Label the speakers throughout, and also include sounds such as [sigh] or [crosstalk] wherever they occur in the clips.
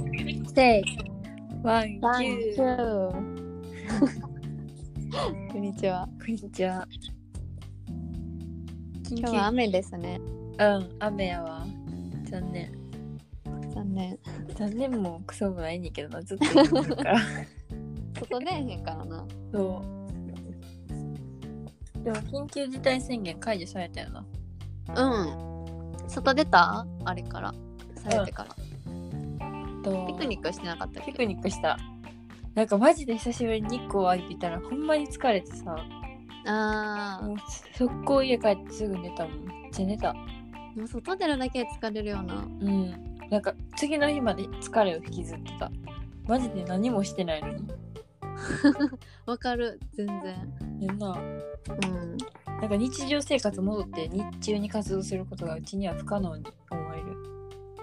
Speaker 1: テイ
Speaker 2: ワン、
Speaker 1: ク。
Speaker 2: キュー。
Speaker 1: [laughs] こんにちは。
Speaker 2: こんにちは。緊
Speaker 1: 今日は雨ですね。
Speaker 2: うん、雨やわ。残念。
Speaker 1: 残念。
Speaker 2: 残念もクソもないねんけどな、ずっ [laughs] と言ってるから。
Speaker 1: 外出えへんからな。
Speaker 2: そう。でも緊急事態宣言解除されたよな。
Speaker 1: うん。外出たあれから。されてから。
Speaker 2: と
Speaker 1: ピクニックしてなかったっ
Speaker 2: ピ
Speaker 1: け
Speaker 2: クニックした。なんかマジで久しぶりに日光浴びたらほんまに疲れてさ、
Speaker 1: あ
Speaker 2: もう速攻家帰ってすぐ寝たもん。めっちゃ寝た。
Speaker 1: ー。もう外出るだけで疲れるよな。
Speaker 2: うん。なんか次の日まで疲れを引きずってた。マジで何もしてないのに。
Speaker 1: わかる。全然。
Speaker 2: ねんな。
Speaker 1: うん。
Speaker 2: なんか日常生活戻って日中に活動することがうちには不可能に思える。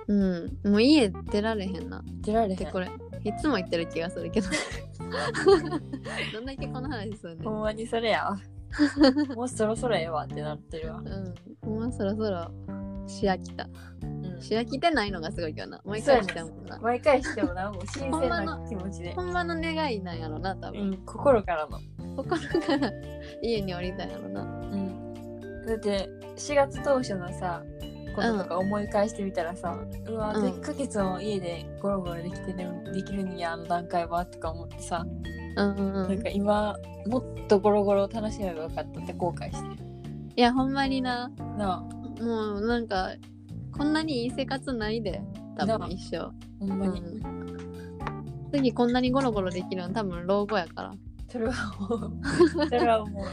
Speaker 1: うん。もう家出られへんな。
Speaker 2: 出られへ
Speaker 1: で
Speaker 2: ん。
Speaker 1: これ、いつも言ってる気がする [laughs] けど。どんだけこの話するね
Speaker 2: ほ。んまにそれやわ。もうそろそろええわってなってるわ。
Speaker 1: うん。もうそろそろ、仕飽きた。
Speaker 2: うん
Speaker 1: 仕飽きてないのがすごいよな。毎回してたもんな。
Speaker 2: 毎回してもな、もう新鮮
Speaker 1: ほんま
Speaker 2: な
Speaker 1: の
Speaker 2: 気持ちで。
Speaker 1: ほんまの願いなんやろな、多
Speaker 2: う
Speaker 1: 分。
Speaker 2: ん、心からの。
Speaker 1: 心から家に降りたんやろな。
Speaker 2: うん。だって、4月当初のさ、こととか思い返してみたらさ、うわ、あと
Speaker 1: うん
Speaker 2: 1ヶ月も家でゴロゴロできてる、できるんや、あの段階は、とか思ってさ、
Speaker 1: うんうんう
Speaker 2: なん
Speaker 1: ん。
Speaker 2: か今、もっとゴロゴロを楽しめばよかったって後悔してる。
Speaker 1: いや、ほんまにな。
Speaker 2: なあ。
Speaker 1: もうなんか、こんなにいい生活ないで。多
Speaker 2: な
Speaker 1: 分一生。
Speaker 2: ほんま
Speaker 1: う
Speaker 2: に。
Speaker 1: ん。次こんなにゴロゴロできるの多分老後やから。
Speaker 2: それはもう、 [laughs] それはもう、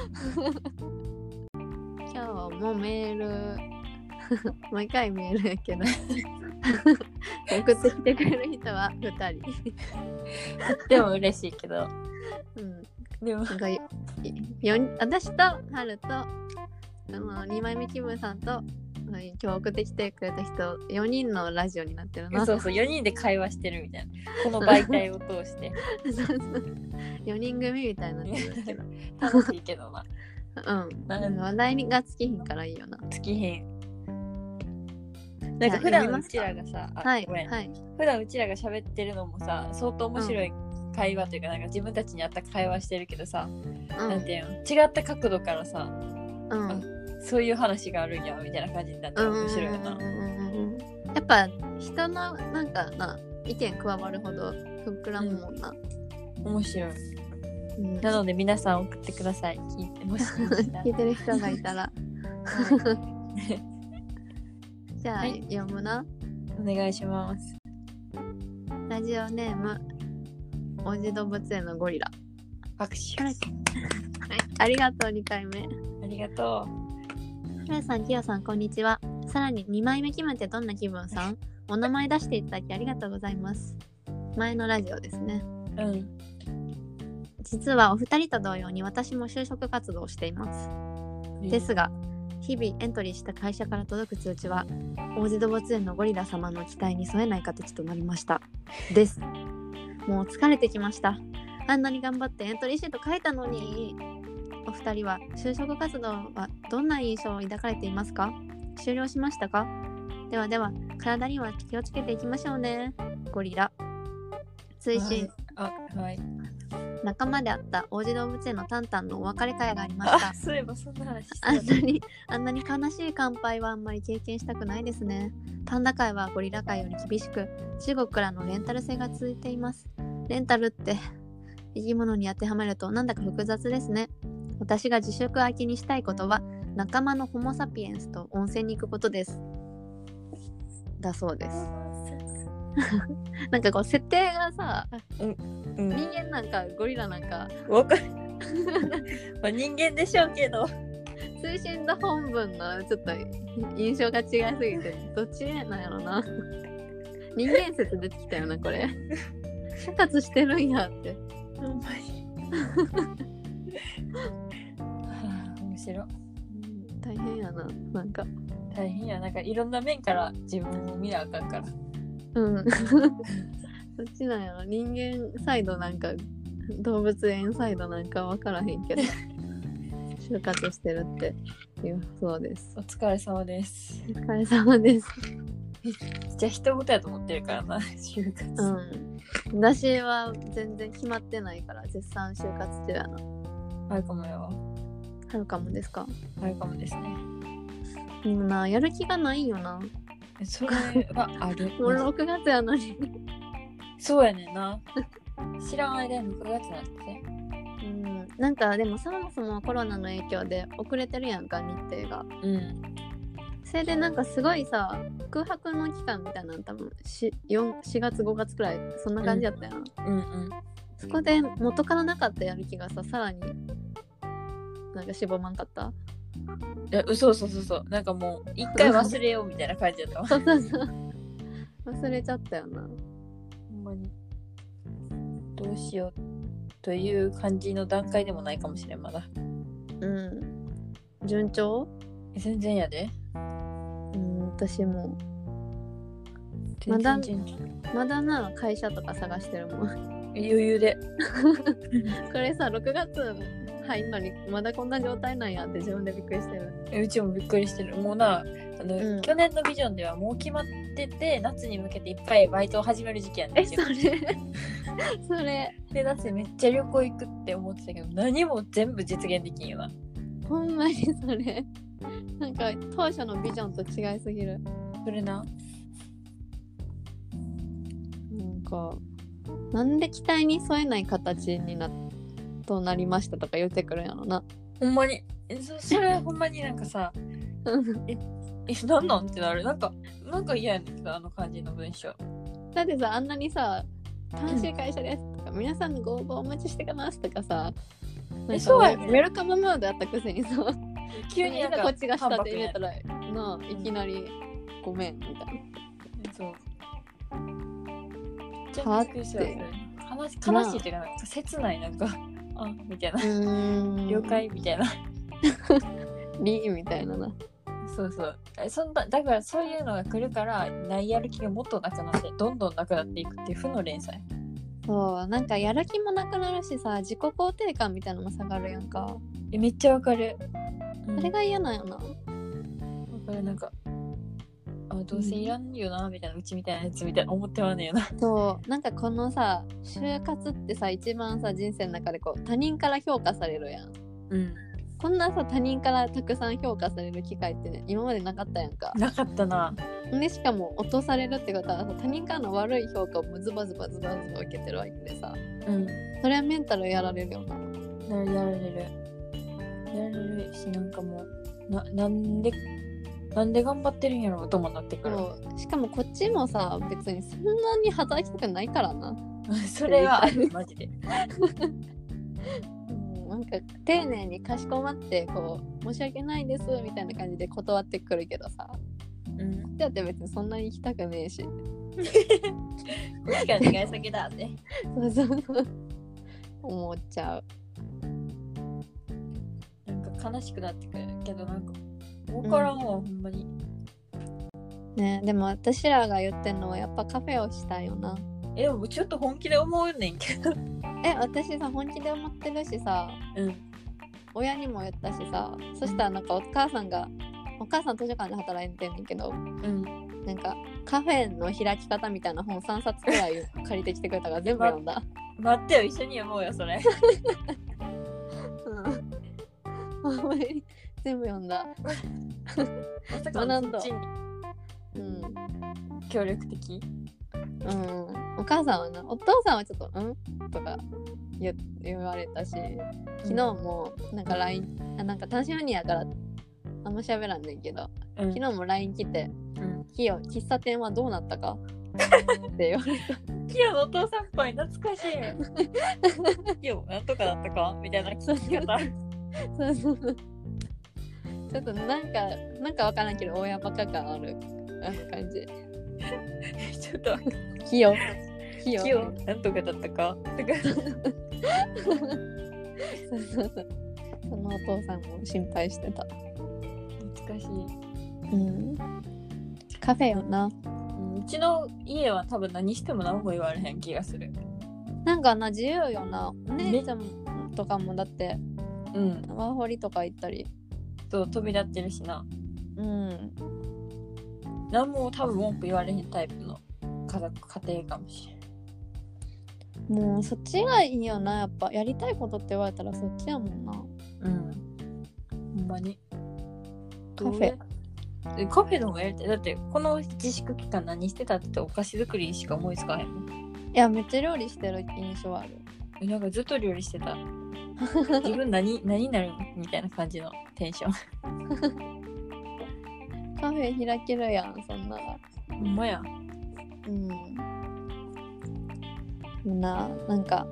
Speaker 1: 今日もメール、 [laughs] 毎回メールや
Speaker 2: [laughs]
Speaker 1: けど。 [laughs] 送ってきてくれる人は2人。
Speaker 2: でも嬉しいけど。
Speaker 1: うん。
Speaker 2: でも、
Speaker 1: なんかよよん私とハルとあの二枚目キムさんとはい今日送ってきてくれた人4人のラジオになってるな。
Speaker 2: そうそう、4人で会話してるみたいな。この媒体を通 [laughs] して。
Speaker 1: [laughs] 4人組みたいになってる [laughs] けど。
Speaker 2: 楽しいけどな。
Speaker 1: う
Speaker 2: なん
Speaker 1: ん。話題が尽きひんからいいよな。
Speaker 2: つきへん。なんか普段うちらがさ、あ
Speaker 1: はい。
Speaker 2: ごめん
Speaker 1: はい。
Speaker 2: 普段うちらが喋ってるのもさ、相当面白い会話というか、なんか自分たちに合った会話してるけどさ、
Speaker 1: う
Speaker 2: なん
Speaker 1: ん。
Speaker 2: ていうの、違った角度からさ、
Speaker 1: うん。
Speaker 2: そういう話があるんや、みたいな感じになった
Speaker 1: う
Speaker 2: ら
Speaker 1: ん
Speaker 2: 面白いよな。
Speaker 1: うんやっぱ人のなんかな意見加わるほど膨らむもんな。
Speaker 2: 面白い。
Speaker 1: うん
Speaker 2: なので皆さん送ってください。聞いてもし聞いてたら
Speaker 1: [laughs] 聞いてる人がいたら。
Speaker 2: は
Speaker 1: じゃあ、
Speaker 2: はい
Speaker 1: 読むな。
Speaker 2: いお願いします。
Speaker 1: ラジオネーム王子動物園のゴリラ
Speaker 2: 拍手。
Speaker 1: はいありがとう2回目
Speaker 2: ありがと
Speaker 1: ひらさんきよさんこんにちはさらに2枚目気分ってどんな気分さんお名前出していただきありがとうございます前のラジオですね
Speaker 2: う。うん。
Speaker 1: 実はお二人と同様に私も就職活動をしていますですが日々エントリーした会社から届く通知は王子動物園のゴリラ様の期待に添えない形となりましたですもう疲れてきましたあんなに頑張ってエントリーシート書いたのにお二人は就職活動はどんな印象を抱かれていますか終了しましたかではでは体には気をつけていきましょうねゴリラ追伸、
Speaker 2: あ、はい。
Speaker 1: 仲間であった王子動物園のタンタンのお別れ会がありました
Speaker 2: あ、そういえばそんな話して
Speaker 1: あん
Speaker 2: た
Speaker 1: なに、あんなに悲しい乾杯はあんまり経験したくないですね。パンダ界はゴリラ界より厳しく、中国からのレンタル制が続いています。レンタルって、生き物に当てはめるとなんだか複雑ですね。私が自粛明けにしたいことは、仲間のホモ・サピエンスと温泉に行くことです。だそうです。 [laughs] なんかこう、設定がさ、
Speaker 2: うん。
Speaker 1: 人間なんかゴリラなんか、
Speaker 2: わ [laughs] かる。まあ人間でしょうけど。
Speaker 1: 通信と本文のちょっと印象が違いすぎてどっちなんやろな人間説出てきたよなこれ就活してるんやって
Speaker 2: ほんまに。はあ面白い。
Speaker 1: うん大変やななんか
Speaker 2: 大変や。なんかいろんな面から自分を見なあかんから。
Speaker 1: うんどっちなんやろ人間サイドなんか動物園サイドなんか分からへんけど就活してるっていうそうです
Speaker 2: お疲れ様です。
Speaker 1: お疲れ様です
Speaker 2: じゃあ人事やと思ってるからな就活、
Speaker 1: うん私は全然決まってないから絶賛就活中やな
Speaker 2: あるかもよ
Speaker 1: はるかもですか
Speaker 2: あるかもですね
Speaker 1: でもなやる気がないよな
Speaker 2: えそれ
Speaker 1: [laughs]
Speaker 2: はある
Speaker 1: もう6月やのに
Speaker 2: そうやねん [laughs] な知らん間に6月なんて
Speaker 1: うんなんかでもそもそもコロナの影響で遅れてるやんか日程が
Speaker 2: うん
Speaker 1: それでなんかすごいさ空白の期間みたいなの多分 4, 4月5月くらいそんな感じやったやん、
Speaker 2: うんうん
Speaker 1: そこで元からなかったやる気がささらになんかしぼまんかった
Speaker 2: えそうそうそうそうなんかもう一回忘れようみたいな感じだ [laughs] ったわ
Speaker 1: そうそうそう忘れちゃったよな
Speaker 2: ほんまにどうしようという感じの段階でもないかもしれんまだ
Speaker 1: うん順調
Speaker 2: え全然やで
Speaker 1: うん私も
Speaker 2: 全
Speaker 1: まだ
Speaker 2: 然全然
Speaker 1: まだな会社とか探してるもん
Speaker 2: 余裕で
Speaker 1: これさ6月入んのにまだこんな状態なんやって自分でびっくりしてる
Speaker 2: うちもびっくりしてるもうなあの、
Speaker 1: うん
Speaker 2: 去年のビジョンではもう決まってて夏に向けていっぱいバイトを始める時期やね
Speaker 1: え
Speaker 2: ん
Speaker 1: そ
Speaker 2: けど
Speaker 1: れ [laughs] それ
Speaker 2: で夏めっちゃ旅行行くって思ってたけど何も全部実現できんよな
Speaker 1: ほんまにそれなんか当初のビジョンと違いすぎる
Speaker 2: それな
Speaker 1: なんかなんで期待に添えない形になとなりましたとか言ってくるんやろな
Speaker 2: ほんまにえそそれほんまになんかさえなんなんってなるなんかなんか嫌やねんけどあの感じの文章
Speaker 1: [laughs] だってさあんなにさ「単身会社です」とか「皆さんのご応募お待ちしてます」とかさなんか
Speaker 2: そうやね
Speaker 1: ウェルカムムードやったくせにさ
Speaker 2: 急になんか
Speaker 1: こっちが下
Speaker 2: 淡
Speaker 1: 手
Speaker 2: 白
Speaker 1: 入
Speaker 2: や
Speaker 1: れ
Speaker 2: ね
Speaker 1: たらなあいきなり「ごめん」みたいな
Speaker 2: そうち
Speaker 1: は
Speaker 2: ょ
Speaker 1: あ
Speaker 2: っ
Speaker 1: っ
Speaker 2: と
Speaker 1: て
Speaker 2: びっくりしたよ悲し悲しいっていうかなんか切ないなんか [laughs] あみたいな
Speaker 1: うん
Speaker 2: 了解みたいな [laughs]
Speaker 1: リーみたいなな
Speaker 2: そうそうえそんなだからそういうのが来るからないやる気がもっとなくなってどんどんなくなっていくっていう負の連載
Speaker 1: そうなんかやる気もなくなるしさ自己肯定感みたいなのも下がるやんか
Speaker 2: えめっちゃわかる、うん
Speaker 1: あれが嫌なんやな
Speaker 2: わかるなんかあどうせいらんよなみたいなうちみたいなやつみたいな思ってはねえよな
Speaker 1: そうなんかこのさ就活ってさ一番さ人生の中でこう他人から評価されるやん
Speaker 2: うん
Speaker 1: こんなさ他人からたくさん評価される機会って、ね、今までなかったやんか
Speaker 2: なかったな
Speaker 1: でしかも落とされるってことはさ他人からの悪い評価をもうズバズバズバズバ受けてるわけでさ
Speaker 2: うん
Speaker 1: それはメンタルやられるよな
Speaker 2: ややられるやられるしなんかもうななんでなんで頑張ってるんやろうともなってくる
Speaker 1: そうしかもこっちもさ別にそんなに働きたくないからな
Speaker 2: それは [laughs] あるマジで
Speaker 1: うんなんか丁寧にかしこまってこう申し訳ないですみたいな感じで断ってくるけどさ
Speaker 2: うん
Speaker 1: だって別にそんなに行きたくねえし [laughs]
Speaker 2: こっちが願い先だって
Speaker 1: そうそうそう思っちゃう
Speaker 2: なんか悲しくなってくるけどなんかここからもうほんまに、
Speaker 1: ねでも私らが言ってんのはやっぱカフェをしたいよな
Speaker 2: えでもちょっと本気で思うねんけど
Speaker 1: え私さ本気で思ってるしさ
Speaker 2: うん
Speaker 1: 親にも言ったしさそしたらなんかお母さんがお母さん図書館で働いてんねんけど
Speaker 2: うん
Speaker 1: なんかカフェの開き方みたいな本3冊くらい借りてきてくれたから全部読んだ、
Speaker 2: 待ってよ一緒に読もうよそれ
Speaker 1: うんほんまに全部読んだ
Speaker 2: まさか [laughs] のそっちに
Speaker 1: うん
Speaker 2: 協力的
Speaker 1: うん、お母さんはなお父さんはちょっと「うん?」とか言言われたし昨日もなんか LINE、あなんか単身赴任やからあんま喋らんねんけど
Speaker 2: うん
Speaker 1: 昨日も LINE 来て
Speaker 2: うん
Speaker 1: 「キヨ喫茶店はどうなったか? 」って言われ
Speaker 2: キヨのお父さんっぽい懐か [laughs] しいキヨなんとかだったかみたいな聞き方
Speaker 1: そうそうそう [laughs] ちょっとなんかなんかわからんけど親バカ感あるあの感じ
Speaker 2: ちょっと
Speaker 1: 「キ [laughs] ヨキヨ
Speaker 2: キヨなんとかだったかとか
Speaker 1: そうそうそうそのお父さんも心配してた
Speaker 2: 懐かしい、
Speaker 1: うんカフェよな
Speaker 2: うん、うちの家は多分何しても何も言われへん気がする
Speaker 1: なんかな自由よなお姉ちゃんとかもだって
Speaker 2: うん
Speaker 1: ワーホリとか行ったり
Speaker 2: そう飛び立ってるしな
Speaker 1: うん
Speaker 2: 何も多分文句言われへんタイプの家族家庭かもしれん
Speaker 1: もうそっちがいいよなやっぱやりたいことって言われたらそっちやもんな
Speaker 2: うんほんまに
Speaker 1: カフェ
Speaker 2: えカフェの方がやりたいだってこの自粛期間何してたってお菓子作りしか思いつかへん
Speaker 1: いやめっちゃ料理してる印象ある
Speaker 2: えなんかずっと料理して [laughs] た自分何何になるみたいな感じのテンション
Speaker 1: カフェ開けるやんそんなら
Speaker 2: ほんまや
Speaker 1: うんもうななんか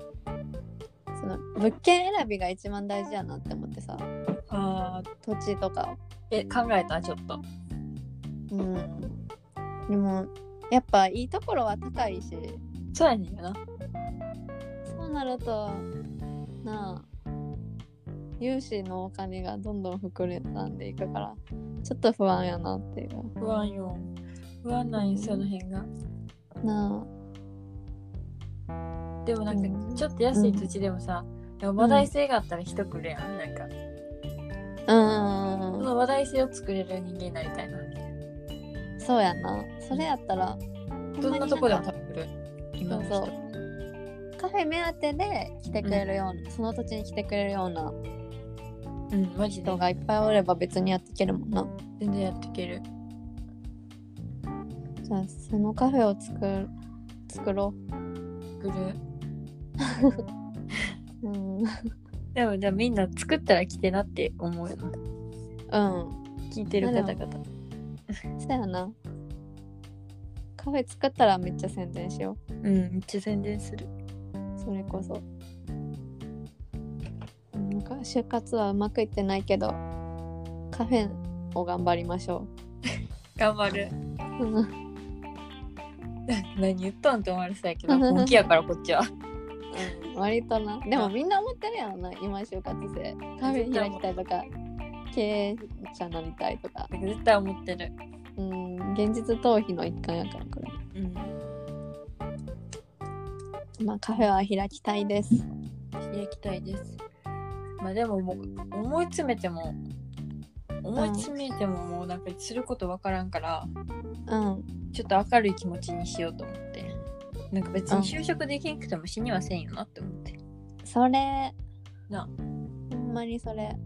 Speaker 1: その物件選びが一番大事やなって思ってさ
Speaker 2: あー
Speaker 1: 土地とか
Speaker 2: え考えたちょっと
Speaker 1: をうんでもやっぱいいところは高いし
Speaker 2: そうやねんよな
Speaker 1: そうなるとなあ融資のお金がどんどん膨れたんでいくからちょっと不安やなっていう
Speaker 2: 不安よ不安なんよその辺が
Speaker 1: な
Speaker 2: でもなん
Speaker 1: う
Speaker 2: か
Speaker 1: ん
Speaker 2: ちょっと安い土地でもさ、でも話題性があったら人来るやんなんか
Speaker 1: あ
Speaker 2: そ
Speaker 1: うん
Speaker 2: の話題性を作れる人間になりたいな
Speaker 1: そうやなそれやったら
Speaker 2: どんなとこでも多分来る
Speaker 1: そ
Speaker 2: 今の
Speaker 1: う
Speaker 2: 人
Speaker 1: そうカフェ目当てで来てくれるような、その土地に来てくれるような
Speaker 2: うんマジで
Speaker 1: 人がいっぱいおれば別にやっていけるもんな
Speaker 2: 全然やっていける
Speaker 1: じゃあそのカフェを作る作ろ
Speaker 2: 来る
Speaker 1: ううん、うん、
Speaker 2: でもじゃあみんな作ったら来てなって思うよな
Speaker 1: そ
Speaker 2: 聞いてる方々
Speaker 1: やなカフェ作ったらめっちゃ宣伝しよ
Speaker 2: うんめっちゃ宣伝する
Speaker 1: うそれこそなんか就活はうまくいってないけどカフェを頑張りましょ
Speaker 2: 頑張る
Speaker 1: ううん
Speaker 2: 何言ったんって思われそうやけど本気やからこっちは
Speaker 1: 割となでもみんな思ってるやろな今就活生カフェ開きたいとか経営者になりたいとか
Speaker 2: 絶対思ってる
Speaker 1: うん現実逃避の一環やからこれ
Speaker 2: うん
Speaker 1: まあカフェは開きたいです
Speaker 2: していきたいですまあでももう思い詰めても思い詰めてももうなんかすることわからんから
Speaker 1: うん
Speaker 2: ちょっと明るい気持ちにしようと思ってなんか別に就職できんくても死にはせんよなって思って
Speaker 1: それ
Speaker 2: な
Speaker 1: ほんまにそれ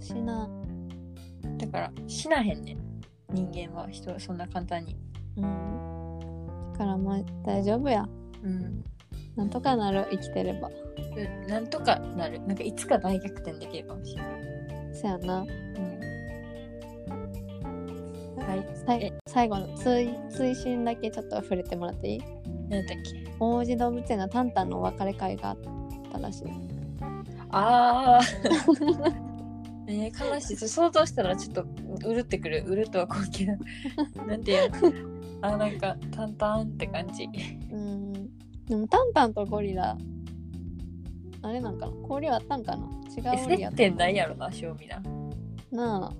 Speaker 1: しな
Speaker 2: だから死なへんねん人間は人はそんな簡単に
Speaker 1: うんだからもう大丈夫や
Speaker 2: うん
Speaker 1: なんとかなる生きてれば
Speaker 2: うんなんとかなるなんかいつか大逆転できるかもしれない、
Speaker 1: そやな
Speaker 2: うん、はい
Speaker 1: さ
Speaker 2: え
Speaker 1: い最後の追追伸だけちょっと触れてもらっていい
Speaker 2: 何だっけ
Speaker 1: 王子動物園のタンタンのお別れ会があったらしい
Speaker 2: ああ。 [laughs] えー、悲しい。それ想像したらちょっとうるってくる。うるっとは高 [laughs] 級な。なんていうのあー、なんか、タンタンって感 [laughs] じ。
Speaker 1: うんでもタンタンとゴリラあれなんかな交流あったんかな違うゴリラ
Speaker 2: 接点ないやろな、正味な。
Speaker 1: なあ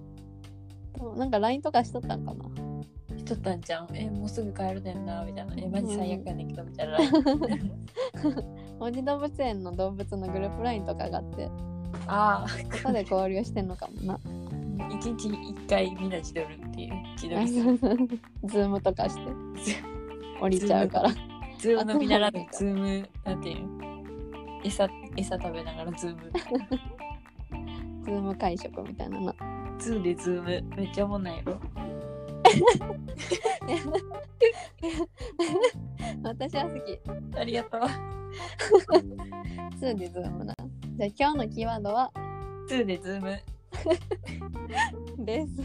Speaker 1: でもなんか LINE とかしとったんかな
Speaker 2: しとったんちゃん。えーもうすぐ帰るねんな、みたいな。えーマジ最悪やねんけど、みた [laughs] いな。
Speaker 1: 王子動物園の動物のグループ LINE とかがあって
Speaker 2: ああ、
Speaker 1: そこで交流してんのかもな
Speaker 2: [laughs] 一日一回みんな自撮るっていう。自
Speaker 1: [laughs] ズ
Speaker 2: 撮りする。
Speaker 1: ームとかして降りちゃうから
Speaker 2: ズームの見習って、ズーム、なんていうの餌、餌食べながらズーム。
Speaker 1: ズーム会食みたい
Speaker 2: [laughs]
Speaker 1: なな
Speaker 2: ズーでズーム。めっちゃおもんないやろ。
Speaker 1: 私は好き
Speaker 2: ありがとう。
Speaker 1: ツーでズームなじゃあ今日のキーワードは
Speaker 2: ズーでズーム。
Speaker 1: です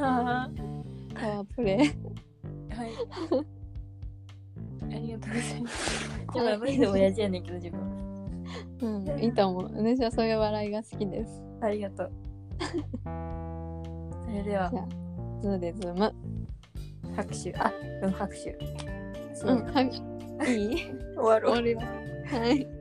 Speaker 2: は
Speaker 1: パワープレイ
Speaker 2: い。ありがとうございます。でもマジで親父やねんけど自分。
Speaker 1: うんいいと思う私はそういう笑いが好きです
Speaker 2: ありがとう。それでは
Speaker 1: じゃあズーでズーム
Speaker 2: 拍手。あ、うん拍手。
Speaker 1: うんはいいい
Speaker 2: [laughs] 終わろう
Speaker 1: 終わ。りますはい